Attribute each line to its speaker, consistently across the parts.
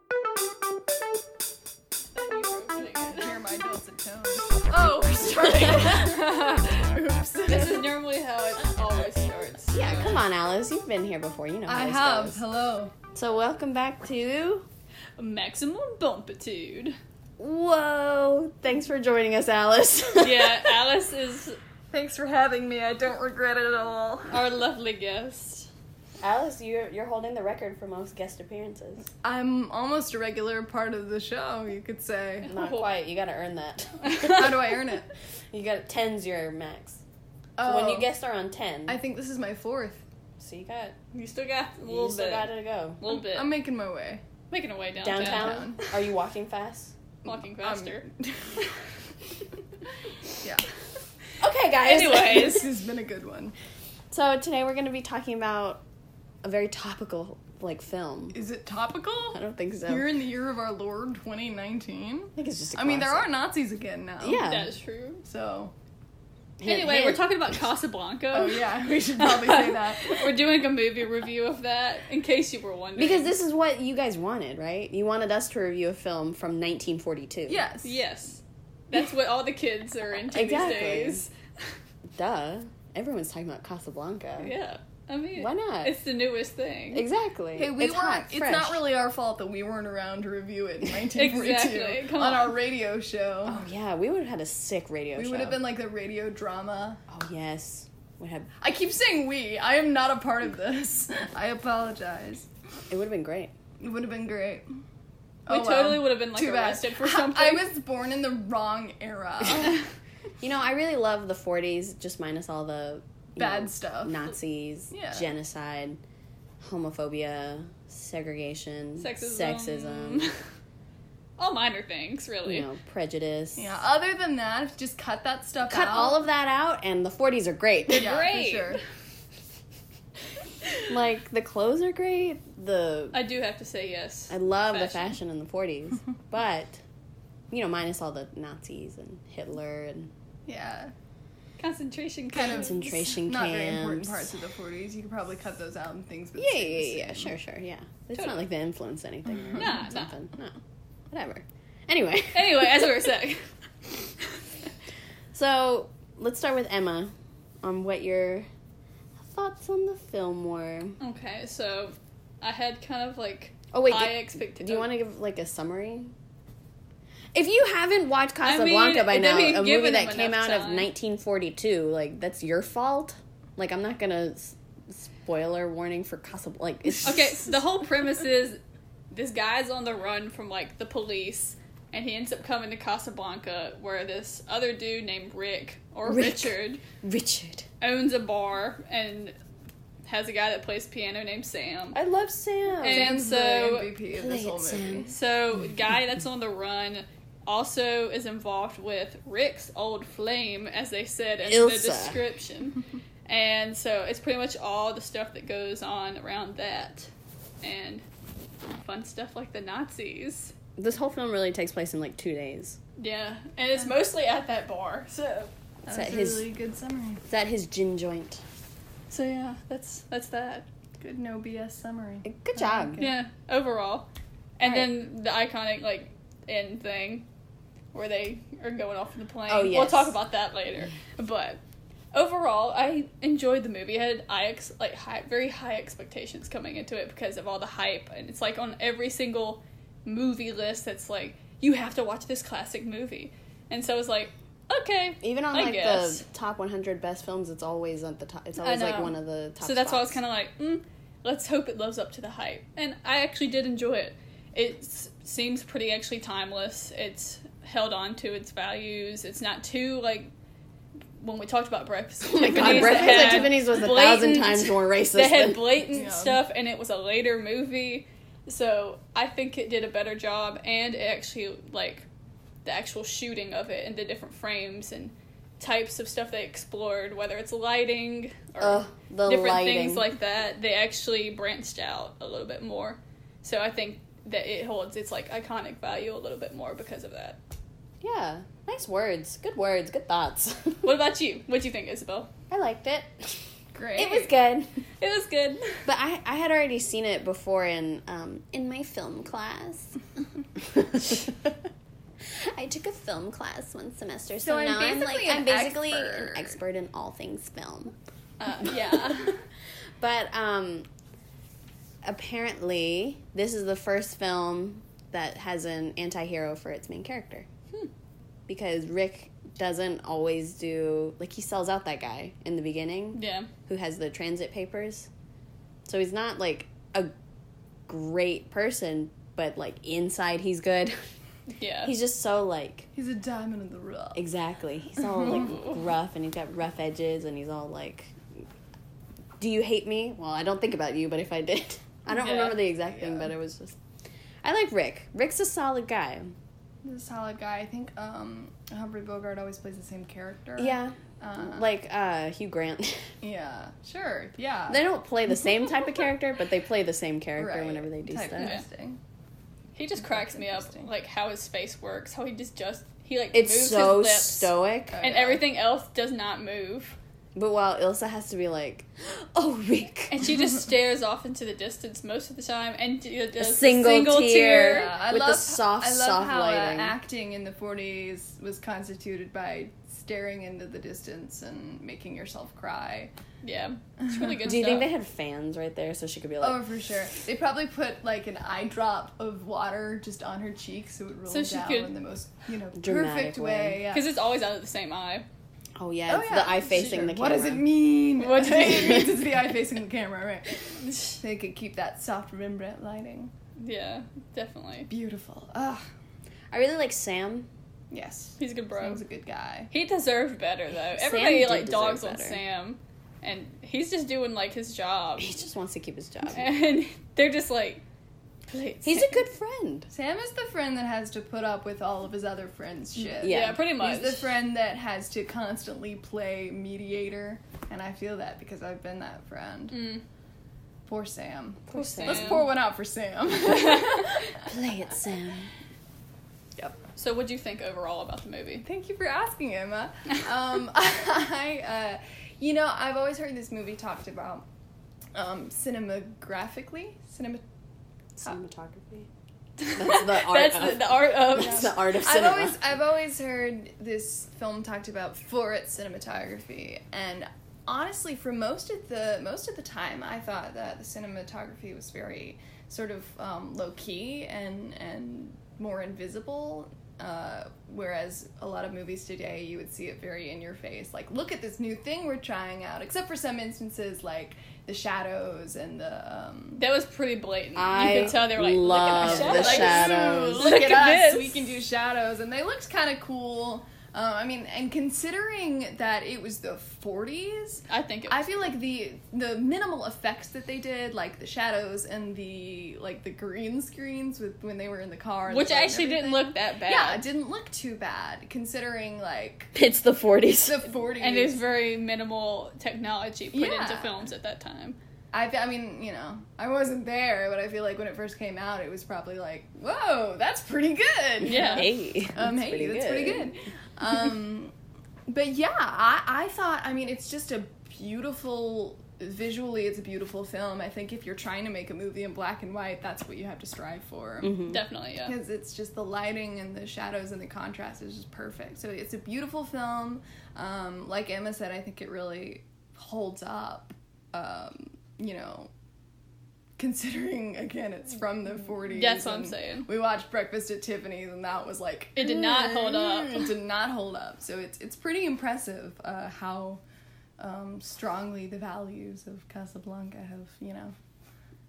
Speaker 1: Oops.
Speaker 2: Oh, This is normally how it always starts.
Speaker 1: Yeah, come on, Alice. You've been here before. You know how
Speaker 2: I
Speaker 1: this
Speaker 2: have.
Speaker 1: goes.
Speaker 2: Hello.
Speaker 1: So welcome back to.
Speaker 2: Maximum bumpitude.
Speaker 1: Whoa! Thanks for joining us, Alice.
Speaker 2: Yeah, Alice is
Speaker 3: Thanks for having me. I don't regret it at all.
Speaker 2: our lovely guest.
Speaker 1: Alice, you're you're holding the record for most guest appearances.
Speaker 3: I'm almost a regular part of the show, you could say.
Speaker 2: Oh.
Speaker 1: Not quite. You gotta earn that.
Speaker 3: How do I earn it?
Speaker 1: You got tens your max. So when you
Speaker 2: Oh.
Speaker 1: guest are on ten,
Speaker 3: Oh, I think this is my fourth.
Speaker 1: so you got
Speaker 2: You still got a little
Speaker 1: you still
Speaker 2: bit.
Speaker 1: got to go.
Speaker 2: A little bit.
Speaker 3: I'm making my way.
Speaker 2: making a way downtown.
Speaker 1: Downtown?
Speaker 3: Downtown.
Speaker 1: Are you walking fast?
Speaker 2: Walking
Speaker 3: Um,
Speaker 2: faster.
Speaker 3: yeah.
Speaker 1: Okay, guys.
Speaker 2: Anyways.
Speaker 3: This has been a good one.
Speaker 1: so today we're gonna be talking about a very topical like film.
Speaker 3: Is it
Speaker 1: I
Speaker 3: topical?
Speaker 1: don't think so.
Speaker 3: You're in the year of our Lord 2019.
Speaker 1: I think it's just. I
Speaker 3: I mean, there are Nazis again now.
Speaker 1: Yeah.
Speaker 2: That's true.
Speaker 3: So,
Speaker 2: Anyway, we're talking about Casablanca.
Speaker 3: oh yeah, we should probably say that.
Speaker 2: We're doing a movie review of that, in case you were wondering.
Speaker 1: Because this is what you guys wanted, right? You wanted us to review a film from 1942.
Speaker 3: Yes.
Speaker 2: Yes. That's what all the kids are into
Speaker 1: Exactly.
Speaker 2: these days.
Speaker 1: Duh. Everyone's talking about Casablanca.
Speaker 2: Yeah. I mean,
Speaker 1: Why not?
Speaker 2: It's the newest thing.
Speaker 1: Exactly.
Speaker 3: Hey, we
Speaker 1: it's
Speaker 3: weren't.
Speaker 1: hot,
Speaker 3: it's
Speaker 1: fresh.
Speaker 3: not really our fault that we weren't around to review it in 1942
Speaker 2: Exactly, come
Speaker 3: on
Speaker 2: on.
Speaker 3: our radio show.
Speaker 1: Oh yeah, we would have had a sick radio
Speaker 3: we
Speaker 1: show.
Speaker 3: would have been like the radio drama.
Speaker 1: Oh yes, we have.
Speaker 3: I keep saying we. I am not a part of this. I apologize.
Speaker 1: It would have been great.
Speaker 3: It would have been great. Oh,
Speaker 2: We
Speaker 1: oh,
Speaker 2: totally would have been like
Speaker 3: Too bad.
Speaker 2: arrested for something.
Speaker 3: I was born in the wrong era.
Speaker 1: You know, I really love the 40s, just minus all the you
Speaker 3: Bad
Speaker 1: know,
Speaker 3: stuff.
Speaker 1: Nazis,
Speaker 3: Yeah.
Speaker 1: genocide, homophobia, segregation,
Speaker 2: sexism.
Speaker 1: sexism,
Speaker 2: all minor things, really.
Speaker 1: you know, prejudice.
Speaker 3: yeah. Other than that, just cut that stuff
Speaker 1: Cut
Speaker 3: out.
Speaker 1: all of that out, and the 40s are great.
Speaker 3: yeah, for
Speaker 2: Great.
Speaker 3: sure.
Speaker 1: like the clothes are great. The
Speaker 2: I do have to say yes.
Speaker 1: I love the
Speaker 2: fashion.
Speaker 1: fashion in the 40s, but you know, minus all the Nazis and Hitler and
Speaker 3: Yeah.
Speaker 2: Concentration
Speaker 3: Kind
Speaker 2: camps.
Speaker 3: of
Speaker 1: Concentration
Speaker 3: not very important
Speaker 1: camps.
Speaker 3: parts of the 40s. You could probably cut those out and things. That
Speaker 1: yeah,
Speaker 3: stay the
Speaker 1: yeah, yeah,
Speaker 3: same.
Speaker 1: sure, sure, yeah. It's not
Speaker 2: Totally.
Speaker 1: like they influenced anything or
Speaker 2: Nah, nah.
Speaker 1: something. No, whatever. Anyway,
Speaker 2: Anyway, as we were saying.
Speaker 1: So let's start with Emma on what your thoughts on the film were.
Speaker 2: okay, so I had kind of like
Speaker 1: Oh wait,
Speaker 2: high
Speaker 1: do,
Speaker 2: expectations.
Speaker 1: do you want to give like a summary? If you haven't watched
Speaker 2: I mean,
Speaker 1: Casablanca by
Speaker 2: they've
Speaker 1: now,
Speaker 2: been
Speaker 1: a movie
Speaker 2: giving
Speaker 1: that
Speaker 2: them
Speaker 1: came out
Speaker 2: enough
Speaker 1: of
Speaker 2: time.
Speaker 1: 1942, like that's your fault. Like I'm not gonna s- spoiler warning for Casablanca. Like it's
Speaker 2: Okay, so the whole premise is this guy's on the run from like the police, and he ends up coming to Casablanca, where this other dude named Rick or
Speaker 1: Rick.
Speaker 2: Richard
Speaker 1: Richard.
Speaker 2: owns a bar and has a guy that plays piano named Sam.
Speaker 1: I love Sam.
Speaker 2: And-
Speaker 3: Sam's
Speaker 2: so-
Speaker 3: the MVP of
Speaker 1: Play
Speaker 3: this
Speaker 1: it,
Speaker 3: whole
Speaker 1: Sam.
Speaker 3: movie.
Speaker 2: So, the guy that's on the run also is involved with Rick's old flame, as they said in
Speaker 1: Ilsa.
Speaker 2: the description. and so, it's pretty much all the stuff that goes on around that, and fun stuff like the Nazis.
Speaker 1: this whole film really takes place in like two days.
Speaker 2: Yeah, and it's mostly at that bar. So,
Speaker 3: That
Speaker 1: Set
Speaker 3: was a
Speaker 1: his-
Speaker 3: really good summary.
Speaker 1: Is that his gin joint?
Speaker 2: so yeah, that's that's that.
Speaker 3: Good no BS summary.
Speaker 1: Eh, Good job.
Speaker 3: Okay.
Speaker 2: Yeah, overall, and
Speaker 1: All
Speaker 2: then the iconic like end thing where they are going off in the plane.
Speaker 1: Oh,
Speaker 2: We'll
Speaker 1: yes.
Speaker 2: talk about that later. But overall, I enjoyed the movie. I had I ex- like high, very high expectations coming into it because of all the hype, and it's like on every single movie list that's like you have to watch this classic movie, and so I was like, okay,
Speaker 1: Even on
Speaker 2: I
Speaker 1: like
Speaker 2: guess.
Speaker 1: the top 100 best films, it's always at the top. It's always like
Speaker 2: know.
Speaker 1: one of the top.
Speaker 2: so that's why I was
Speaker 1: spots.
Speaker 2: kind of like, mm, let's hope it lives up to the hype. And I actually did enjoy it. It s- seems pretty actually timeless. It's held on to its values. It's not too like when we talked about breakfast. at
Speaker 1: Oh my god,
Speaker 2: Tiffany's,
Speaker 1: Breakfast
Speaker 2: that
Speaker 1: at
Speaker 2: had
Speaker 1: Tiffany's was a thousand
Speaker 2: blatant-
Speaker 1: times more racist.
Speaker 2: They had
Speaker 1: than-
Speaker 2: blatant
Speaker 3: Yeah.
Speaker 2: stuff, and it was a later movie. So I think it did a better job, and it actually like the actual shooting of it and the different frames and types of stuff they explored, whether it's lighting or
Speaker 1: Ugh, the
Speaker 2: different
Speaker 1: lighting.
Speaker 2: things like that, they actually branched out a little bit more. So I think that it holds its like iconic value a little bit more because of that.
Speaker 1: yeah, nice words, good words, good thoughts.
Speaker 2: What about you? What do you think, Isabel?
Speaker 1: I liked it.
Speaker 3: Great.
Speaker 1: It was good,
Speaker 2: It was good.
Speaker 1: but I I had already seen it before in um in my film class. I took a film class one semester, so,
Speaker 3: So I'm
Speaker 1: now I'm like
Speaker 3: basically
Speaker 1: I'm
Speaker 3: an
Speaker 1: basically an
Speaker 3: expert.
Speaker 1: expert in all things film.
Speaker 2: Uh, yeah.
Speaker 1: But um apparently this is the first film that has an anti-hero for its main character. Because Rick doesn't always do like he sells out that guy in the beginning
Speaker 2: yeah.
Speaker 1: who has the transit papers. So he's not like a great person, but like inside he's good.
Speaker 2: Yeah.
Speaker 1: he's just so like
Speaker 3: He's a diamond in the rough.
Speaker 1: Exactly. He's all like rough and he's got rough edges and he's all like Do you hate me? Well, I don't think about you, but if I did. I don't
Speaker 2: Yeah.
Speaker 1: remember the exact thing,
Speaker 3: Yeah.
Speaker 1: but it was just I like Rick. Rick's a solid guy.
Speaker 3: He's a solid guy. I think um, Humphrey Bogart always plays the same character.
Speaker 1: Yeah.
Speaker 3: Uh,
Speaker 1: Like uh Hugh Grant.
Speaker 3: yeah. Sure. Yeah.
Speaker 1: they don't play the same type of character, but they play the same character
Speaker 3: Right.
Speaker 1: whenever they do
Speaker 3: Type
Speaker 1: stuff.
Speaker 3: casting.
Speaker 2: He just
Speaker 3: That's
Speaker 2: cracks me up,
Speaker 3: interesting.
Speaker 2: like how his face works, how he just just he like
Speaker 1: It's
Speaker 2: moves
Speaker 1: so
Speaker 2: his lips,
Speaker 1: stoic.
Speaker 3: Uh,
Speaker 2: and everything else does not move.
Speaker 1: But while Ilsa has to be like, "Oh, Rick."
Speaker 2: And she just stares off into the distance most of the time, and d- uh, does
Speaker 1: A
Speaker 2: the
Speaker 1: single tear.
Speaker 3: Yeah, I
Speaker 1: With the
Speaker 3: love
Speaker 1: soft,
Speaker 3: I love
Speaker 1: soft
Speaker 3: how uh,
Speaker 1: lighting.
Speaker 3: acting in the 40s was constituted by staring into the distance and making yourself cry.
Speaker 2: Yeah, it's really good.
Speaker 1: Do you think
Speaker 2: stuff.
Speaker 1: they had fans right there so she could be like,
Speaker 3: oh, for sure. They probably put like an eye drop of water just on her cheek so it rolled
Speaker 2: So she
Speaker 3: down
Speaker 2: could-
Speaker 3: in the most you know
Speaker 1: Dramatic
Speaker 3: perfect
Speaker 1: way.
Speaker 3: way. Yeah.
Speaker 2: Because it's always out of the same eye.
Speaker 1: "Oh yeah, it's the eye facing
Speaker 3: sure.
Speaker 1: the camera."
Speaker 3: What does it mean?
Speaker 2: What does it
Speaker 3: it means
Speaker 2: mean?
Speaker 3: it's the eye facing the camera, right? They could keep that soft Rembrandt lighting.
Speaker 2: Yeah, definitely.
Speaker 3: Beautiful. Ah,
Speaker 1: I really like Sam.
Speaker 3: yes.
Speaker 2: He's a good bro.
Speaker 3: Sam's a good guy.
Speaker 2: He deserved better though.
Speaker 1: Sam
Speaker 2: Everybody
Speaker 1: did
Speaker 2: like
Speaker 1: deserve
Speaker 2: dogs on
Speaker 1: better.
Speaker 2: Sam, and he's just doing like his job.
Speaker 1: He just wants to keep his job.
Speaker 2: and they're just like, "Please,
Speaker 1: He's a good friend.
Speaker 3: Sam is the friend that has to put up with all of his other friends' shit.
Speaker 1: Yeah.
Speaker 2: Mm, yeah, pretty much.
Speaker 3: He's the friend that has to constantly play mediator, and I feel that because I've been that friend.
Speaker 2: Mm.
Speaker 3: Poor Sam.
Speaker 1: Poor
Speaker 2: Sam.
Speaker 3: Let's pour one out for Sam.
Speaker 1: Play it, Sam.
Speaker 3: yep.
Speaker 2: So, what do you think overall about the movie?
Speaker 3: Thank you for asking, Emma. Um, I, uh, you know, I've always heard this movie talked about um, cinematographically. Cinema.
Speaker 1: Cinematography. That's the art
Speaker 2: That's
Speaker 1: of-
Speaker 2: the, the art of.
Speaker 1: That's Oh, the art of
Speaker 3: I've
Speaker 1: cinema.
Speaker 3: always I've always heard this film talked about for its cinematography, and honestly, for most of the most of the time, I thought that the cinematography was very sort of um, low key and and more invisible. Uh, whereas a lot of movies today, you would see it very in your face, like look at this new thing we're trying out. Except for some instances, like the shadows and the um,
Speaker 2: That was pretty blatant.
Speaker 1: I
Speaker 2: you could tell they were like,
Speaker 1: love
Speaker 2: look at
Speaker 1: the
Speaker 2: our shadow.
Speaker 1: shadow.
Speaker 2: Like,
Speaker 1: shadows.
Speaker 3: Look,
Speaker 2: Look
Speaker 3: at,
Speaker 2: at
Speaker 3: us.
Speaker 2: this.
Speaker 3: We can do shadows. And they looked kind of cool. Uh, I mean, and considering that it was the 40s,
Speaker 2: I think it
Speaker 3: I
Speaker 2: was.
Speaker 3: feel like the the minimal effects that they did, like the shadows and the like the green screens with when they were in the car, and
Speaker 2: which
Speaker 3: the light and
Speaker 2: actually didn't
Speaker 3: everything,
Speaker 2: look that bad.
Speaker 3: Yeah, it didn't look too bad considering like
Speaker 1: It's the forties.
Speaker 3: the 40s.
Speaker 2: and there's very minimal technology put
Speaker 3: Yeah.
Speaker 2: into films at that time.
Speaker 3: I, fe- I mean, you know, I wasn't there, but I feel like when it first came out, it was probably like, whoa, that's pretty good.
Speaker 2: Yeah.
Speaker 1: Hey.
Speaker 3: Um, hey, that's pretty good. Um, but yeah, I, I thought, I mean, it's just a beautiful, visually, it's a beautiful film. I think if you're trying to make a movie in black and white, that's what you have to strive for.
Speaker 1: Mm-hmm.
Speaker 2: Definitely, yeah.
Speaker 3: Because it's just the lighting and the shadows and the contrast is just perfect. So it's a beautiful film. Um, like Emma said, I think it really holds up. Um, you know, considering again, it's from the 40s.
Speaker 2: Mm-hmm. That's what I'm
Speaker 3: and
Speaker 2: saying.
Speaker 3: We watched Breakfast at Tiffany's, and that was like
Speaker 2: It did not hold up.
Speaker 3: it did not hold up. So it's it's pretty impressive uh, how um, strongly the values of Casablanca have you know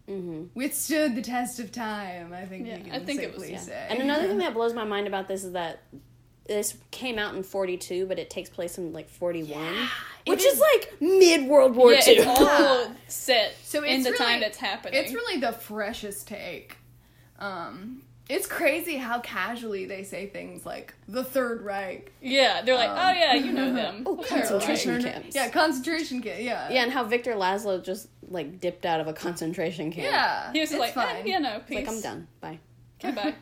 Speaker 1: hmm
Speaker 3: withstood the test of time. I think
Speaker 2: Mm-hmm. Yeah,
Speaker 3: we can
Speaker 2: I think it was-
Speaker 3: safely
Speaker 2: yeah.
Speaker 3: say.
Speaker 1: And another thing that blows my mind about this is that this came out in forty two, but it takes place in like forty one, which is, like mid World War
Speaker 2: yeah,
Speaker 1: Two.
Speaker 2: it's all
Speaker 3: Yeah.
Speaker 2: set
Speaker 3: So
Speaker 2: in
Speaker 3: it's
Speaker 2: the
Speaker 3: really-
Speaker 2: time that's happening.
Speaker 3: It's really the freshest take. Um, it's crazy how casually they say things like the Third Reich.
Speaker 2: yeah, they're like,
Speaker 3: Um,
Speaker 2: oh yeah, you know them.
Speaker 1: Oh,
Speaker 2: They're
Speaker 1: concentration
Speaker 2: like-
Speaker 1: camps.
Speaker 3: Yeah, concentration camp. Yeah.
Speaker 1: Yeah, and how Victor Laszlo just like dipped out of a concentration camp.
Speaker 3: Yeah.
Speaker 2: He was just
Speaker 3: it's
Speaker 2: like, eh,
Speaker 3: fine.
Speaker 2: you know,
Speaker 1: It's
Speaker 2: peace.
Speaker 1: like I'm done. Bye.
Speaker 2: Goodbye.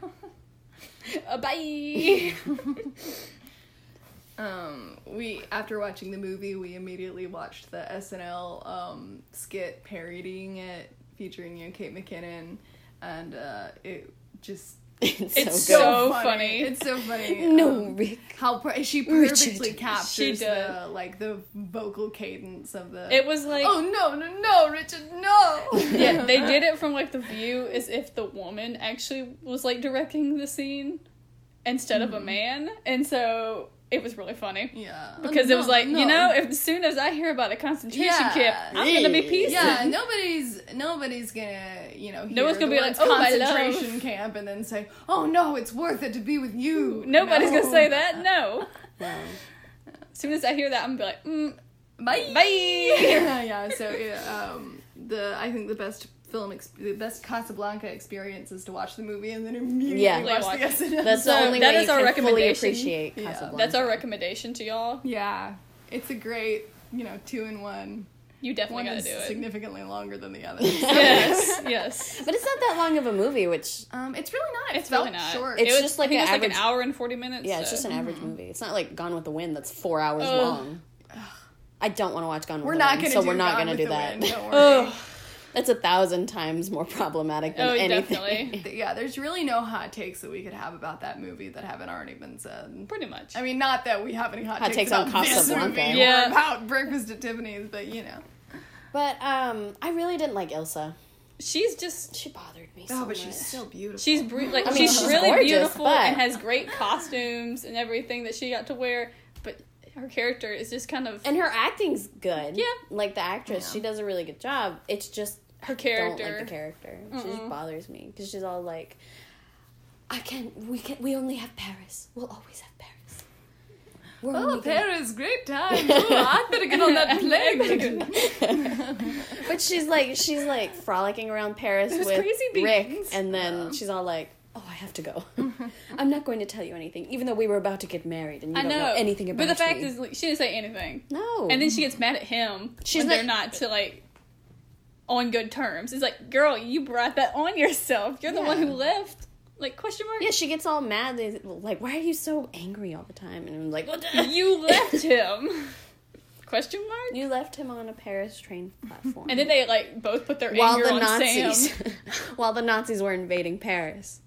Speaker 2: uh, bye.
Speaker 3: Um, we after watching the movie, we immediately watched the SNL um, skit parodying it, featuring you know Kate McKinnon, and uh, it just
Speaker 1: It's,
Speaker 2: It's
Speaker 1: so,
Speaker 2: so
Speaker 1: good.
Speaker 2: funny.
Speaker 3: It's so funny.
Speaker 1: no,
Speaker 3: um,
Speaker 1: Rick.
Speaker 3: how per- she perfectly
Speaker 1: Richard.
Speaker 3: captures
Speaker 2: She did.
Speaker 3: the like the vocal cadence of the.
Speaker 2: It was like
Speaker 3: oh no no no Richard no.
Speaker 2: yeah, they did it from like the view as if the woman actually was like directing the scene instead
Speaker 3: Mm-hmm.
Speaker 2: of a man, and so it was really funny
Speaker 3: Yeah.
Speaker 2: because it was
Speaker 3: Uh, No,
Speaker 2: like
Speaker 3: no.
Speaker 2: you know if, as soon as I hear about a concentration
Speaker 3: Yeah.
Speaker 2: camp, I'm gonna be
Speaker 1: Yeah.
Speaker 2: pieces.
Speaker 3: Yeah, nobody's nobody's gonna you know. Hear
Speaker 2: one's gonna
Speaker 3: the
Speaker 2: be like,
Speaker 3: words
Speaker 2: "Oh, I love."
Speaker 3: concentration camp, and then say, oh no, it's worth it to be with you.
Speaker 2: Nobody's
Speaker 3: No.
Speaker 2: gonna say that. No.
Speaker 1: No.
Speaker 2: As soon as I hear that, I'm gonna be like, mm,
Speaker 3: Bye.
Speaker 2: bye.
Speaker 3: yeah, yeah. So yeah, um, the I think the best film, ex- the best Casablanca experience is to watch the movie and then immediately
Speaker 1: Yeah.
Speaker 3: watch
Speaker 2: Watch
Speaker 3: the
Speaker 2: it.
Speaker 3: SNL.
Speaker 1: That's the
Speaker 2: So
Speaker 1: only
Speaker 2: that
Speaker 1: way
Speaker 2: is
Speaker 1: you
Speaker 2: our
Speaker 1: can fully
Speaker 2: recommendation.
Speaker 1: appreciate
Speaker 3: Yeah.
Speaker 1: Casablanca.
Speaker 2: That's our recommendation to y'all.
Speaker 3: yeah, it's a great you know two in one.
Speaker 2: You definitely
Speaker 3: One
Speaker 2: gotta
Speaker 3: is
Speaker 2: do it.
Speaker 3: significantly longer than the other.
Speaker 2: Yes, yes.
Speaker 1: But it's not that long of a movie, which
Speaker 3: um, it's really not. It
Speaker 2: It's
Speaker 3: felt
Speaker 2: really not.
Speaker 3: short.
Speaker 2: It
Speaker 1: It's
Speaker 2: was
Speaker 1: just
Speaker 2: I
Speaker 1: like
Speaker 2: think
Speaker 1: an
Speaker 2: it's like
Speaker 1: average-
Speaker 2: an hour and forty minutes.
Speaker 1: yeah, it's
Speaker 2: so-
Speaker 1: just an
Speaker 3: mm-hmm.
Speaker 1: average movie. It's not like Gone with the Wind that's four hours
Speaker 2: Ugh.
Speaker 1: long. I don't want to watch Gone with
Speaker 3: we're
Speaker 1: the
Speaker 3: not
Speaker 1: Wind,
Speaker 3: gonna
Speaker 1: so
Speaker 3: do
Speaker 1: we're not
Speaker 3: Gone
Speaker 1: gonna
Speaker 3: with
Speaker 1: do
Speaker 3: the
Speaker 1: that.
Speaker 3: Wind, don't worry.
Speaker 2: Ugh.
Speaker 1: That's a thousand times more problematic than
Speaker 2: Oh,
Speaker 1: anything.
Speaker 2: definitely.
Speaker 3: Th- yeah, there's really no hot takes that we could have about that movie that haven't already been said.
Speaker 2: Pretty much.
Speaker 3: I mean, not that we have any hot,
Speaker 1: Hot takes
Speaker 3: about
Speaker 1: on
Speaker 3: this movie
Speaker 1: Casablanca.
Speaker 2: Yeah.
Speaker 3: or about Breakfast at Tiffany's, but you know.
Speaker 1: But um, I really didn't like Ilsa.
Speaker 2: she's just
Speaker 1: She bothered me.
Speaker 3: Oh,
Speaker 1: so
Speaker 3: but
Speaker 1: much.
Speaker 3: she's still beautiful.
Speaker 2: she's bre- like
Speaker 1: I mean,
Speaker 2: she's,
Speaker 1: she's
Speaker 2: really
Speaker 1: gorgeous,
Speaker 2: beautiful
Speaker 1: but-
Speaker 2: and has great costumes and everything that she got to wear, but her character is just kind of
Speaker 1: and her acting's good.
Speaker 2: Yeah.
Speaker 1: like the actress,
Speaker 3: Yeah.
Speaker 1: she does a really good job. It's just
Speaker 2: Her
Speaker 1: Don't like
Speaker 2: character.
Speaker 1: the character. She just bothers me because she's all like, "I can't. We can. We only have Paris. We'll always have Paris. We're
Speaker 3: Oh,
Speaker 1: only gonna-"
Speaker 3: Paris, great time. Oh, I better get on that plane.
Speaker 1: But she's like, she's like frolicking around Paris
Speaker 2: Those
Speaker 1: with
Speaker 2: crazy
Speaker 1: Rick,
Speaker 2: beans.
Speaker 1: and then she's all like. Oh, I have to go. I'm not going to tell you anything, even though we were about to get married and you
Speaker 2: I
Speaker 1: don't
Speaker 2: know.
Speaker 1: know, anything about
Speaker 2: But the fact
Speaker 1: me.
Speaker 2: is like, she didn't say anything.
Speaker 1: no.
Speaker 2: And then she gets mad at him
Speaker 1: She's
Speaker 2: when
Speaker 1: like-
Speaker 2: they're not to like on good terms. It's like, girl, you brought that on yourself. You're the one who
Speaker 1: Yeah.
Speaker 2: left. Like question mark.
Speaker 1: yeah, she gets all mad. They- Like, why are you so angry all the time? And I'm like, what the-
Speaker 2: You left him. question mark.
Speaker 1: You left him on a Paris train platform.
Speaker 2: And then they like both put their
Speaker 1: while
Speaker 2: anger
Speaker 1: the
Speaker 2: on
Speaker 1: Nazis,
Speaker 2: Sam.
Speaker 1: while the Nazis were invading Paris.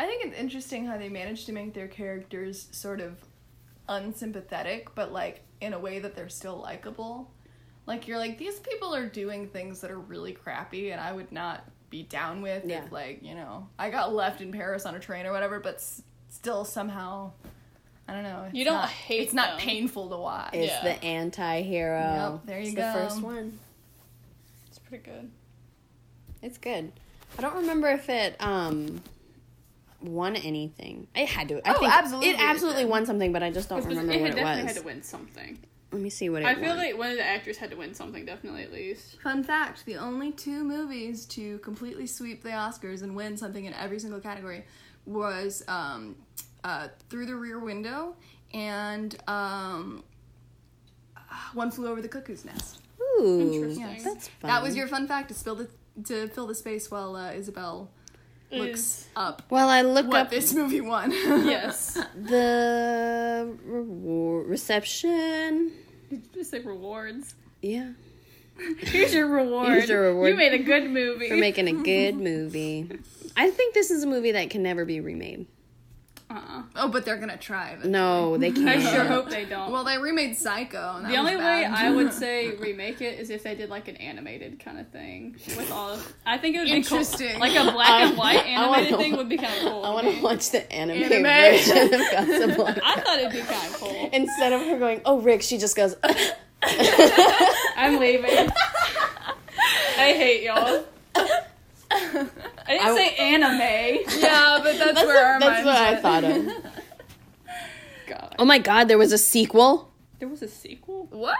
Speaker 3: I think it's interesting how they managed to make their characters sort of unsympathetic, but like in a way that they're still likable. Like you're like these people are doing things that are really crappy, and I would not be down with
Speaker 1: Yeah.
Speaker 3: if like you know I got left in Paris on a train or whatever, but s- still somehow I don't know. It's
Speaker 2: You don't
Speaker 3: not,
Speaker 2: hate
Speaker 3: It's not
Speaker 2: them.
Speaker 3: painful to watch.
Speaker 1: It's
Speaker 2: Yeah.
Speaker 1: the anti-hero.
Speaker 3: Yep, there you
Speaker 1: it's
Speaker 3: go.
Speaker 1: The first one.
Speaker 2: It's pretty good.
Speaker 1: It's good. I don't remember if it um won anything. It had to. I
Speaker 3: Oh,
Speaker 1: think
Speaker 3: absolutely
Speaker 1: It absolutely
Speaker 3: it did.
Speaker 1: won something, but I just don't remember
Speaker 2: it
Speaker 1: what
Speaker 2: had
Speaker 1: it
Speaker 2: definitely
Speaker 1: was.
Speaker 2: had to win something.
Speaker 1: Let me see what it
Speaker 2: I feel
Speaker 1: won.
Speaker 2: like one of the actors had to win something, definitely at least.
Speaker 3: Fun fact the only two movies to completely sweep the Oscars and win something in every single category was um, uh, Through the Rear Window and um, ah, One Flew Over the Cuckoo's Nest.
Speaker 1: Ooh,
Speaker 2: Interesting.
Speaker 1: yes. that's fun.
Speaker 3: That was your fun fact to, spill the, to fill the space while uh, Isabel looks
Speaker 2: Is-
Speaker 3: up
Speaker 1: Well, I look
Speaker 3: what
Speaker 1: up
Speaker 3: this movie won.
Speaker 2: yes.
Speaker 1: the reward reception.
Speaker 2: Did you just say rewards?
Speaker 1: Yeah,
Speaker 2: Here's your reward.
Speaker 1: Here's your reward.
Speaker 2: You made a good movie.
Speaker 1: for making a good movie. I think this is a movie that can never be remade.
Speaker 2: uh-uh.
Speaker 3: oh, but they're going to try. But...
Speaker 1: No, they can't.
Speaker 2: I sure hope they don't.
Speaker 3: Well, they remade Psycho. And that
Speaker 2: the
Speaker 3: was
Speaker 2: only way
Speaker 3: bad.
Speaker 2: I would say remake it is if they did like an animated kind of thing with all. Of, I think it would be
Speaker 3: Interesting.
Speaker 2: cool. Like a black and white
Speaker 1: I wanna-
Speaker 2: animated thing would be kind of cool.
Speaker 1: I want to watch the anime,
Speaker 3: Anime.
Speaker 1: version of Casablanca.
Speaker 2: I thought it'd be kind of cool.
Speaker 1: Instead of her going, "Oh, Rick," she just goes,
Speaker 2: I'm leaving. I hate y'all. I didn't
Speaker 1: I w-
Speaker 2: say anime.
Speaker 3: Yeah, but that's,
Speaker 1: "That's,
Speaker 3: where our
Speaker 1: that's
Speaker 3: minds
Speaker 1: what
Speaker 3: went.
Speaker 1: I thought of."
Speaker 2: God.
Speaker 1: Oh my god, there was a sequel.
Speaker 2: There was a sequel?
Speaker 3: What?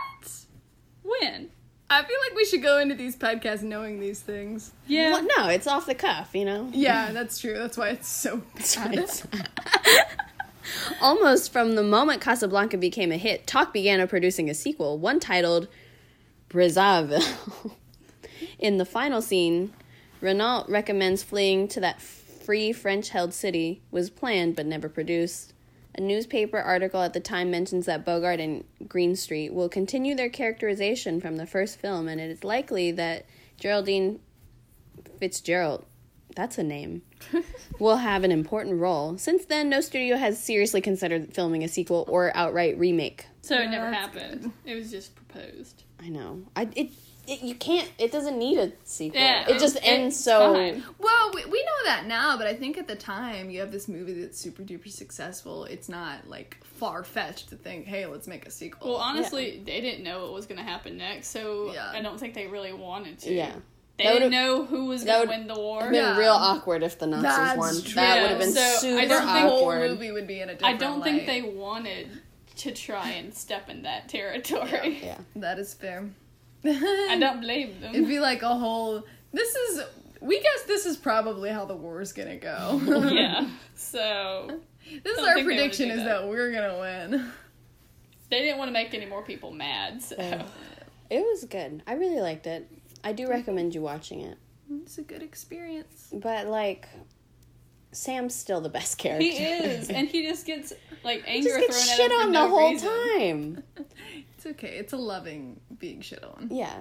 Speaker 2: When?
Speaker 3: I feel like we should go into these podcasts knowing these things.
Speaker 2: Yeah.
Speaker 1: Well, no, it's off the cuff, you know.
Speaker 3: Yeah, that's true. That's why it's so.
Speaker 1: That's what it's- Almost from the moment Casablanca became a hit, Talk began producing a sequel, one titled Brazzaville. In the final scene, Renault recommends fleeing to that free French held city, was planned but never produced. A newspaper article at the time mentions that Bogart and Greenstreet will continue their characterization from the first film, and it is likely that Geraldine Fitzgerald That's a name. will have an important role. Since then, no studio has seriously considered filming a sequel or outright remake.
Speaker 2: So it never
Speaker 3: that's
Speaker 2: happened. It was just proposed.
Speaker 1: I know. I it, it you can't. It doesn't need a sequel.
Speaker 2: Yeah,
Speaker 1: it just
Speaker 2: it's-
Speaker 1: ends
Speaker 2: it's
Speaker 1: so.
Speaker 2: fine.
Speaker 3: Well, we, we know that now, but I think at the time you have this movie that's super duper successful. It's not like far fetched to think, hey, let's make a sequel.
Speaker 2: Well, honestly, they didn't know what was going to happen next, so
Speaker 3: Yeah.
Speaker 2: I don't think they really wanted to.
Speaker 1: Yeah.
Speaker 2: They
Speaker 1: That
Speaker 2: didn't
Speaker 1: would've-
Speaker 2: know who was
Speaker 1: that
Speaker 2: going to
Speaker 1: would've
Speaker 2: win the war.
Speaker 1: It'd been
Speaker 3: Yeah.
Speaker 1: real awkward if the Nazis
Speaker 3: That's
Speaker 1: won.
Speaker 3: true.
Speaker 1: That would have been
Speaker 2: So, I
Speaker 1: super
Speaker 2: don't
Speaker 3: the whole
Speaker 1: awkward.
Speaker 3: movie would be in a
Speaker 2: I
Speaker 3: different
Speaker 2: don't think they
Speaker 3: light.
Speaker 2: wanted to try and step in that territory.
Speaker 1: Yeah.
Speaker 3: That is fair.
Speaker 2: I don't blame them.
Speaker 3: It'd be like a whole. This is. We guess this is probably how the war's gonna go.
Speaker 2: yeah. So
Speaker 3: this is
Speaker 2: Don't think
Speaker 3: our
Speaker 2: they would
Speaker 3: prediction:
Speaker 2: do
Speaker 3: is
Speaker 2: that.
Speaker 3: that we're gonna win.
Speaker 2: they didn't want to make any more people mad. So
Speaker 1: Yeah. It was good. I really liked it. I do recommend you watching it.
Speaker 3: It's a good experience.
Speaker 1: But like, Sam's still the best character.
Speaker 2: he is, and he just gets like
Speaker 1: He
Speaker 2: anger
Speaker 1: just gets
Speaker 2: thrown at
Speaker 1: shit
Speaker 2: him for
Speaker 1: on
Speaker 2: no
Speaker 1: the whole
Speaker 2: reason.
Speaker 1: time.
Speaker 3: It's okay. It's a loving being shit on.
Speaker 1: Yeah.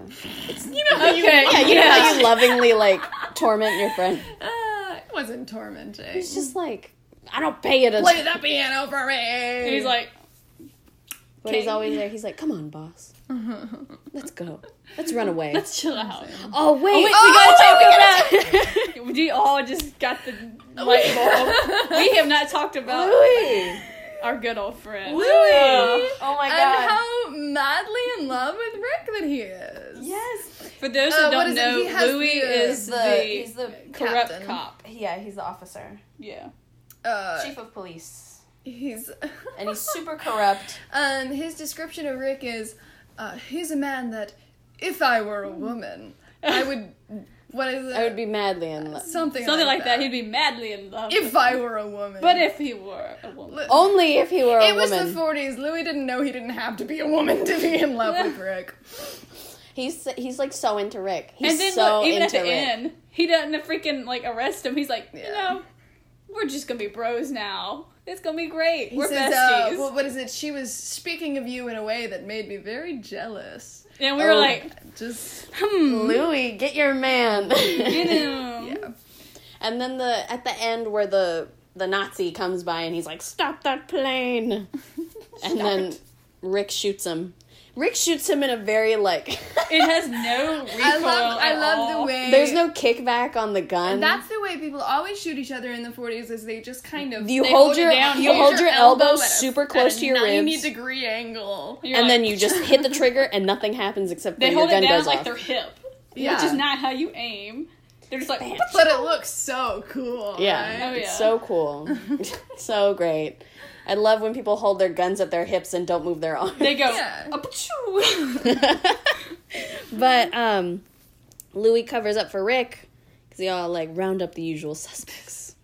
Speaker 3: You know how you.
Speaker 2: Okay,
Speaker 1: Yeah, you know
Speaker 2: yeah.
Speaker 1: how you lovingly like torment your friend.
Speaker 3: Uh, it wasn't tormenting.
Speaker 1: It's just like I don't pay you to.
Speaker 3: play that piano for me.
Speaker 2: And he's like,
Speaker 1: but he's always there. He's like, "Come on, boss. Let's go. Let's run away."
Speaker 2: let's chill out.
Speaker 1: oh wait,
Speaker 2: wait, we gotta take We all just got the light bulb. we have not talked about
Speaker 1: Louis.
Speaker 2: our good old friend.
Speaker 3: Louis!
Speaker 2: Oh, oh my god.
Speaker 3: and how madly in love with Rick that he is.
Speaker 1: Yes.
Speaker 2: For those
Speaker 3: Uh,
Speaker 2: who
Speaker 3: what
Speaker 2: don't
Speaker 3: is it?
Speaker 2: know,
Speaker 3: He has
Speaker 2: Louis
Speaker 3: the-
Speaker 2: is the,
Speaker 1: the
Speaker 2: corrupt
Speaker 3: captain.
Speaker 2: cop.
Speaker 1: yeah he's the officer
Speaker 2: Yeah.
Speaker 3: Uh,
Speaker 1: of police
Speaker 3: he's
Speaker 1: corrupt.
Speaker 3: Um, his description of Rick is, uh, he's a man that, if I were a woman, I would. What is it?
Speaker 1: I would be madly in love.
Speaker 3: something
Speaker 2: Something
Speaker 3: like, that.
Speaker 2: He'd be madly in love.
Speaker 3: if I were a woman,
Speaker 2: but if he were a woman.
Speaker 3: Look,
Speaker 1: Only if he were a
Speaker 3: it was
Speaker 1: woman.
Speaker 3: the '40s, Louis didn't know he didn't have to be a woman to be in love with Rick.
Speaker 1: he's he's like so into Rick. He's
Speaker 2: And then
Speaker 1: so
Speaker 2: look, even at
Speaker 1: into
Speaker 2: the
Speaker 1: Rick.
Speaker 2: end, he doesn't freaking like arrest him. He's like,
Speaker 3: Yeah.
Speaker 2: you know, we're just gonna be bros now. It's gonna be great.
Speaker 3: He
Speaker 2: we're
Speaker 3: says, uh,
Speaker 2: besties.
Speaker 3: well, what is it? She was speaking of you in a way that made me very jealous.
Speaker 2: and we were
Speaker 1: oh.
Speaker 2: like,
Speaker 3: Just
Speaker 2: hmm,
Speaker 1: Louis, get your man.
Speaker 2: you know.
Speaker 3: yeah.
Speaker 1: And then the at the end where the the Nazi comes by and he's like, "Stop that plane!" and then Rick shoots him. Rick shoots him in a very like.
Speaker 2: It has no recoil.
Speaker 3: I love I
Speaker 2: at
Speaker 3: love
Speaker 2: all.
Speaker 3: the way
Speaker 1: There's no kickback on the gun.
Speaker 3: That's the way people always shoot each other in the 40s is they just kind of
Speaker 1: you
Speaker 2: they
Speaker 1: hold
Speaker 2: hold it
Speaker 1: your
Speaker 2: down,
Speaker 1: you
Speaker 2: hold
Speaker 1: hold
Speaker 2: your
Speaker 1: your elbow,
Speaker 3: elbow at a-
Speaker 1: super close
Speaker 3: at a
Speaker 1: to your
Speaker 3: 90
Speaker 1: ribs,
Speaker 3: degree angle.
Speaker 2: You're
Speaker 1: and
Speaker 2: like-
Speaker 1: then you just hit the trigger and nothing happens except
Speaker 2: They
Speaker 1: for your
Speaker 2: hold it
Speaker 1: gun
Speaker 2: down
Speaker 1: goes
Speaker 2: like
Speaker 1: off.
Speaker 2: their hip,
Speaker 3: Yeah.
Speaker 2: which is not how you aim. They're just like,
Speaker 3: But it looks so cool.
Speaker 1: Yeah,
Speaker 2: Oh,
Speaker 3: right?
Speaker 2: yeah.
Speaker 1: it's so cool, so great. I love when people hold their guns at their hips and don't move their arms.
Speaker 2: they go,
Speaker 3: Yeah.
Speaker 2: "Apachoo."
Speaker 1: but um, Louis covers up for Rick because they all like round up the usual suspects.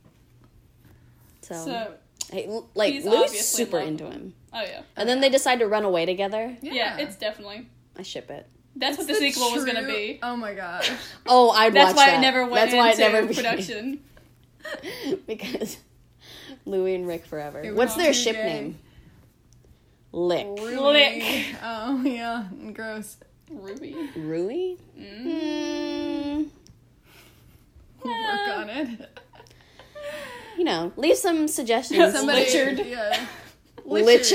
Speaker 1: So,
Speaker 2: so,
Speaker 1: hey, l- like
Speaker 2: he's
Speaker 1: Louis is
Speaker 2: obviously
Speaker 1: super
Speaker 2: in love.
Speaker 1: into him,
Speaker 2: oh yeah.
Speaker 1: and then they decide to run away together.
Speaker 2: yeah, it's definitely
Speaker 1: I ship it.
Speaker 2: that's what the, sequel was gonna
Speaker 3: True-
Speaker 2: be.
Speaker 3: Oh my gosh.
Speaker 1: Oh, I'd
Speaker 2: That's
Speaker 1: watch
Speaker 2: why
Speaker 1: that.
Speaker 2: it never went
Speaker 1: That's
Speaker 2: into
Speaker 1: why it never be-
Speaker 2: production.
Speaker 1: because Louis and Rick forever.
Speaker 3: It
Speaker 1: What's
Speaker 3: was
Speaker 1: their
Speaker 3: too
Speaker 1: ship
Speaker 3: gay.
Speaker 1: name? Lick.
Speaker 3: Really? Oh yeah, gross.
Speaker 2: Ruby.
Speaker 1: Rui? Mm,
Speaker 3: We'll work on it.
Speaker 1: you know, leave some suggestions.
Speaker 2: Somebody- Lichard.
Speaker 3: Yeah.
Speaker 1: Lichard.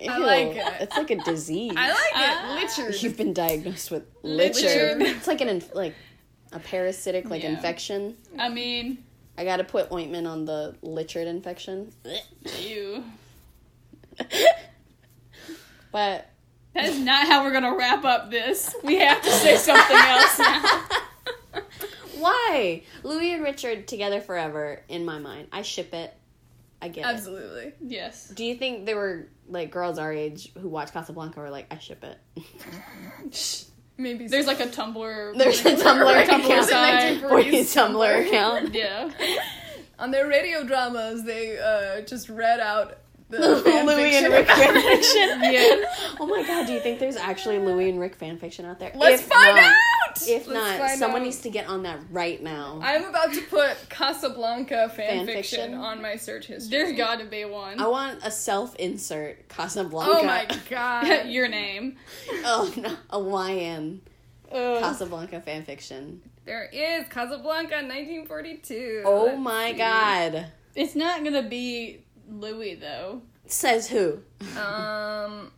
Speaker 3: I
Speaker 1: Ew,
Speaker 3: like it.
Speaker 1: It's like a disease.
Speaker 3: I
Speaker 2: Ah.
Speaker 3: like it. Lichard.
Speaker 1: You've been diagnosed with
Speaker 2: Lichard.
Speaker 1: lichard. It's like an inf- like a parasitic like
Speaker 2: Yeah.
Speaker 1: infection.
Speaker 2: I mean,
Speaker 1: I gotta put ointment on the lichard infection.
Speaker 2: you.
Speaker 1: but
Speaker 2: That is not how we're gonna wrap up this. We have to say something else now.
Speaker 1: why Louis and Richard together forever? In my mind, I ship it. I get it.
Speaker 3: Absolutely.
Speaker 2: Yes.
Speaker 1: Do you think there were like girls our age who watched Casablanca were like, I ship it?
Speaker 3: Maybe
Speaker 2: There's like a Tumblr.
Speaker 1: There's a Tumblr
Speaker 2: Tumblr side.
Speaker 1: account. Boys Tumblr account.
Speaker 2: yeah.
Speaker 3: on their radio dramas they uh, just read out the fan
Speaker 1: Louis and
Speaker 3: fiction.
Speaker 1: Rick fanfiction.
Speaker 2: Yeah.
Speaker 1: Oh my god, do you think there's actually Louis and Rick fanfiction out there?
Speaker 3: Let's
Speaker 1: If
Speaker 3: find
Speaker 1: not-
Speaker 3: out.
Speaker 1: If
Speaker 3: Let's
Speaker 1: not,
Speaker 3: find
Speaker 1: someone
Speaker 3: out.
Speaker 1: needs to get on that right now. I,
Speaker 3: I'm about to put Casablanca fan,
Speaker 1: Fan
Speaker 3: fiction,
Speaker 1: fiction?
Speaker 3: on my search history.
Speaker 2: There's gotta be one.
Speaker 1: want a self insert Casablanca.
Speaker 3: oh my god.
Speaker 2: Your name.
Speaker 1: Oh no, a YN.
Speaker 2: Ugh.
Speaker 1: Casablanca fan fiction.
Speaker 3: There is Casablanca 1942.
Speaker 1: Oh
Speaker 3: Let's
Speaker 1: my
Speaker 3: see.
Speaker 1: god.
Speaker 2: It's not gonna be Louis though.
Speaker 1: Says who?
Speaker 3: Um,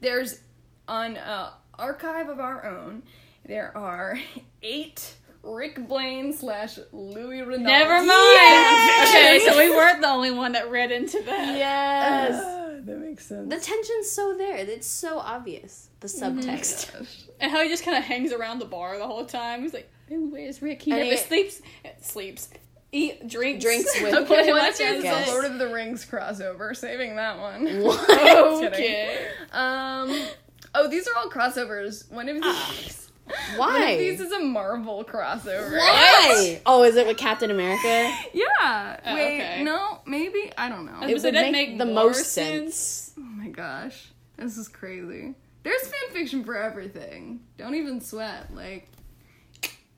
Speaker 3: there's on uh, archive of our own. There are eight Rick Blaine slash Louis Renault.
Speaker 2: Never mind.
Speaker 1: Yes!
Speaker 2: Okay, so we weren't the only one that read into that.
Speaker 1: Yes.
Speaker 3: Ah, that makes sense.
Speaker 1: The tension's so there. It's so obvious. The
Speaker 3: Oh
Speaker 1: subtext.
Speaker 2: And how he just kind of hangs around the bar the whole time. He's like, "Ooh, "Where's Rick? He
Speaker 1: And
Speaker 2: never
Speaker 1: he-
Speaker 2: sleeps. Sleeps, eat, drinks,
Speaker 1: Drinks with-
Speaker 2: Nobody
Speaker 3: Okay, one
Speaker 2: watches
Speaker 3: chance
Speaker 1: guess.
Speaker 3: is a Lord of the Rings crossover. Saving that one.
Speaker 1: What?
Speaker 2: it.
Speaker 3: Kidding.
Speaker 2: Okay.
Speaker 3: Um. Oh, these are all crossovers. One of these. One
Speaker 1: Ah, Why?
Speaker 3: of these is a Marvel crossover.
Speaker 1: Why? Oh, is it with Captain America?
Speaker 3: Yeah.
Speaker 2: Oh,
Speaker 3: Wait.
Speaker 2: okay.
Speaker 3: No. Maybe. I don't know.
Speaker 2: It would that make more
Speaker 1: sense.
Speaker 3: Oh my gosh. This is crazy. There's fan fiction for everything. Don't even sweat. Like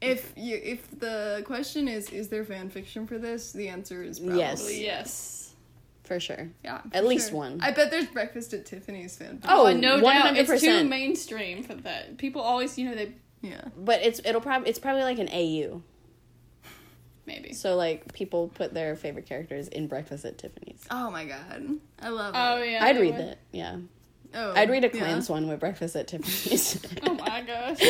Speaker 3: if you if the question is is there fan fiction for this, the answer is probably
Speaker 1: Yes.
Speaker 2: Yes.
Speaker 1: For sure.
Speaker 3: Yeah.
Speaker 1: At
Speaker 3: for
Speaker 1: least one.
Speaker 3: I bet there's breakfast at Tiffany's fan fiction.
Speaker 1: Oh,
Speaker 2: But no doubt, it's too
Speaker 1: 100%.
Speaker 2: mainstream for that. People always, you know, they
Speaker 3: Yeah.
Speaker 1: But it's it'll probably it's probably like an AU.
Speaker 2: maybe.
Speaker 1: So like people put their favorite characters in Breakfast at Tiffany's.
Speaker 3: Oh my god. I love
Speaker 2: Oh
Speaker 3: it.
Speaker 2: yeah,
Speaker 1: I'd
Speaker 2: they
Speaker 1: read
Speaker 2: would.
Speaker 1: that. Yeah.
Speaker 3: Oh,
Speaker 1: I'd read a
Speaker 3: yeah.
Speaker 1: Clams one with Breakfast at Tiffany's.
Speaker 2: Oh my gosh,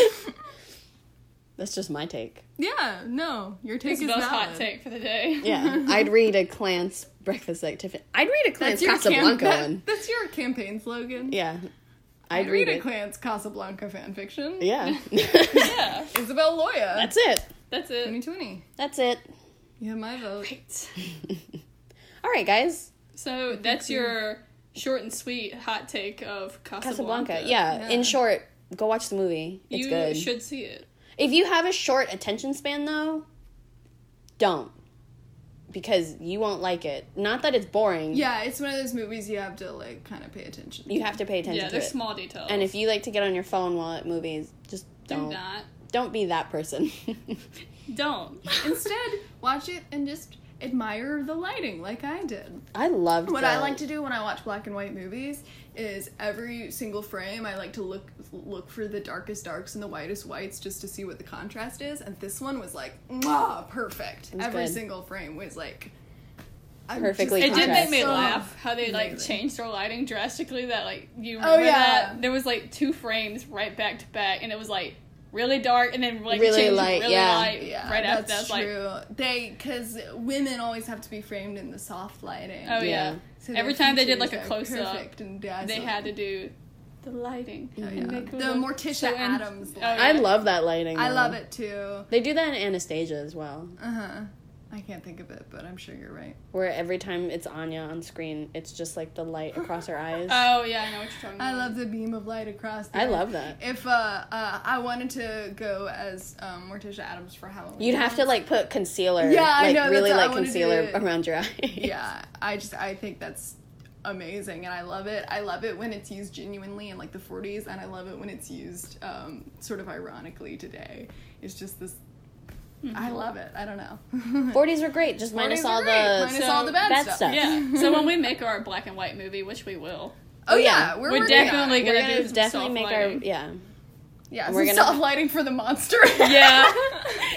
Speaker 1: That's just my take.
Speaker 3: Yeah, no. Your take
Speaker 2: this
Speaker 3: is
Speaker 2: is
Speaker 3: valid.
Speaker 2: hot take for the day.
Speaker 1: Yeah. I'd read a Clance Breakfast at Tiffany's. I'd read a Clance
Speaker 3: That's your cam-
Speaker 1: Casablanca
Speaker 3: that-
Speaker 1: one.
Speaker 3: That's your campaign slogan.
Speaker 1: Yeah. I'd, read,
Speaker 3: a
Speaker 1: it.
Speaker 3: Clance Casablanca fan fiction.
Speaker 1: yeah.
Speaker 2: Yeah,
Speaker 3: Isabel Loya.
Speaker 1: That's it.
Speaker 2: that's it.
Speaker 3: 2020.
Speaker 1: That's it.
Speaker 3: You have my vote.
Speaker 1: All right, guys.
Speaker 2: So that's your short and sweet hot take of Casablanca.
Speaker 1: Casablanca. Yeah.
Speaker 3: Yeah.
Speaker 1: In short, go watch the movie. It's
Speaker 2: you
Speaker 1: good.
Speaker 2: should see it.
Speaker 1: If you have a short attention span, though, don't. Because you won't like it. Not that it's boring.
Speaker 3: Yeah, it's one of those movies you have to like kind of pay attention. to.
Speaker 1: You have to pay attention
Speaker 2: Yeah,
Speaker 1: to it.
Speaker 2: there's small details.
Speaker 1: And if you like to get on your phone while at movies, just
Speaker 2: do
Speaker 1: don't.
Speaker 2: not,
Speaker 1: Don't be that person.
Speaker 2: don't.
Speaker 3: Instead, watch it and just admire the lighting, like I did.
Speaker 1: I loved
Speaker 3: What
Speaker 1: the-
Speaker 3: I like to do when I watch black and white movies is every single frame I like to look look for the darkest darks and the whitest whites just to see what the contrast is. And this one was like, mwah, perfect.
Speaker 1: was
Speaker 3: Every
Speaker 1: good.
Speaker 3: single frame was like. I'm
Speaker 1: Perfectly
Speaker 2: It
Speaker 3: just-
Speaker 2: did
Speaker 1: contrast.
Speaker 2: make me
Speaker 3: so-
Speaker 2: laugh how they like
Speaker 3: amazing.
Speaker 2: changed their lighting drastically. That like you
Speaker 3: Oh,
Speaker 2: remember
Speaker 3: yeah.
Speaker 2: that there was like two frames right back to back, and it was like really dark, and then like
Speaker 1: Really
Speaker 2: changed
Speaker 1: light,
Speaker 2: really
Speaker 1: yeah.
Speaker 2: light
Speaker 3: Yeah,
Speaker 2: right after
Speaker 3: that's
Speaker 2: that. I was
Speaker 3: true. they because women always have to be framed in the soft lighting.
Speaker 2: Like, oh yeah.
Speaker 1: Yeah.
Speaker 3: So
Speaker 2: Every
Speaker 3: their
Speaker 2: time they did,
Speaker 3: features
Speaker 2: like, a
Speaker 3: are
Speaker 2: close-up,
Speaker 3: perfect and dazzling.
Speaker 2: They had to do the lighting.
Speaker 3: Oh, yeah.
Speaker 2: and make it
Speaker 3: The
Speaker 2: look
Speaker 3: Morticia
Speaker 2: so in-
Speaker 3: Addams
Speaker 2: Oh,
Speaker 3: light.
Speaker 1: I
Speaker 2: yeah.
Speaker 1: love that lighting.
Speaker 3: I
Speaker 1: though.
Speaker 3: love it too.
Speaker 1: They do that in Anastasia as well,
Speaker 3: Uh huh. I can't think of it, but I'm sure you're right.
Speaker 1: where every time it's Anya on screen, it's just like the light across her eyes.
Speaker 2: Oh yeah, I know what you're talking about.
Speaker 3: I love the beam of light across. The
Speaker 1: I
Speaker 3: earth.
Speaker 1: love that.
Speaker 3: If uh, uh, I wanted to go as um, Morticia Adams for Halloween,
Speaker 1: You'd have to like put concealer,
Speaker 3: Yeah, I
Speaker 1: like
Speaker 3: know, that's
Speaker 1: really
Speaker 3: what I
Speaker 1: like
Speaker 3: wanna do.
Speaker 1: concealer around your eye.
Speaker 3: Yeah, I just I think that's amazing, and I love it. I love it when it's used genuinely in like the 40s, and I love it when it's used um, sort of ironically today. It's just this. I love it. I don't know.
Speaker 1: 40s were great, just minus
Speaker 3: 40s
Speaker 1: all
Speaker 3: were
Speaker 1: the
Speaker 3: great, minus
Speaker 1: so-
Speaker 3: all the bad stuff.
Speaker 2: Yeah. so when we make our black and white movie, which we will,
Speaker 3: oh
Speaker 1: yeah.
Speaker 3: yeah, we're,
Speaker 2: We're
Speaker 3: working on it.
Speaker 2: definitely
Speaker 1: We're
Speaker 2: We're
Speaker 1: gonna
Speaker 2: gonna do some
Speaker 1: definitely
Speaker 2: soft
Speaker 1: make our
Speaker 2: lighting.
Speaker 1: yeah.
Speaker 3: yeah.
Speaker 1: we're
Speaker 3: some
Speaker 1: gonna-
Speaker 3: soft lighting for the monster.
Speaker 2: Yeah.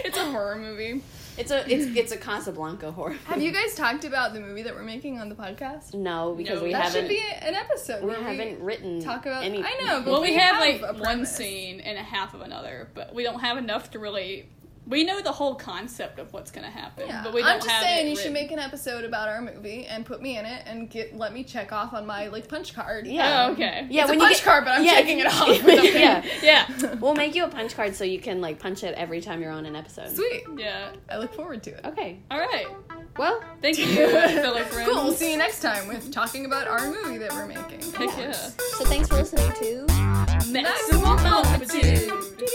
Speaker 3: it's a horror movie.
Speaker 1: It's a it's it's a Casablanca horror.
Speaker 3: Have you guys talked about the movie that we're making on the podcast?
Speaker 1: No, because
Speaker 2: No,
Speaker 1: we
Speaker 3: that
Speaker 1: haven't.
Speaker 3: should be an episode.
Speaker 1: we
Speaker 3: where
Speaker 1: haven't written.
Speaker 3: talk about-
Speaker 1: Any,
Speaker 3: I know, but-
Speaker 2: well, we,
Speaker 3: We
Speaker 2: have,
Speaker 3: have
Speaker 2: like
Speaker 3: a
Speaker 2: one
Speaker 3: premise.
Speaker 2: scene and a half of another, but we don't have enough to really. We know the whole concept of what's going to happen,
Speaker 3: Yeah.
Speaker 2: but we don't
Speaker 3: I'm just
Speaker 2: have
Speaker 3: saying
Speaker 2: it
Speaker 3: you should
Speaker 2: written.
Speaker 3: make an episode about our movie and put me in it and get let me check off on my like punch card.
Speaker 1: Yeah.
Speaker 2: Oh, okay.
Speaker 1: Yeah,
Speaker 3: It's
Speaker 1: when
Speaker 3: a
Speaker 1: you
Speaker 3: punch
Speaker 1: get-
Speaker 3: card, but I'm
Speaker 1: yeah,
Speaker 3: checking it off. with a pen.
Speaker 1: yeah,
Speaker 2: Yeah.
Speaker 1: we'll make you a punch card so you can like punch it every time you're on an episode.
Speaker 3: Sweet.
Speaker 2: Yeah.
Speaker 3: I look forward to it.
Speaker 1: Okay.
Speaker 2: All right.
Speaker 1: Well,
Speaker 2: Thank you, fellow friends.
Speaker 3: Cool. We'll see you next time with talking about our movie that we're making.
Speaker 2: Heck yeah.
Speaker 1: so thanks for listening to.
Speaker 2: Maximum altitude.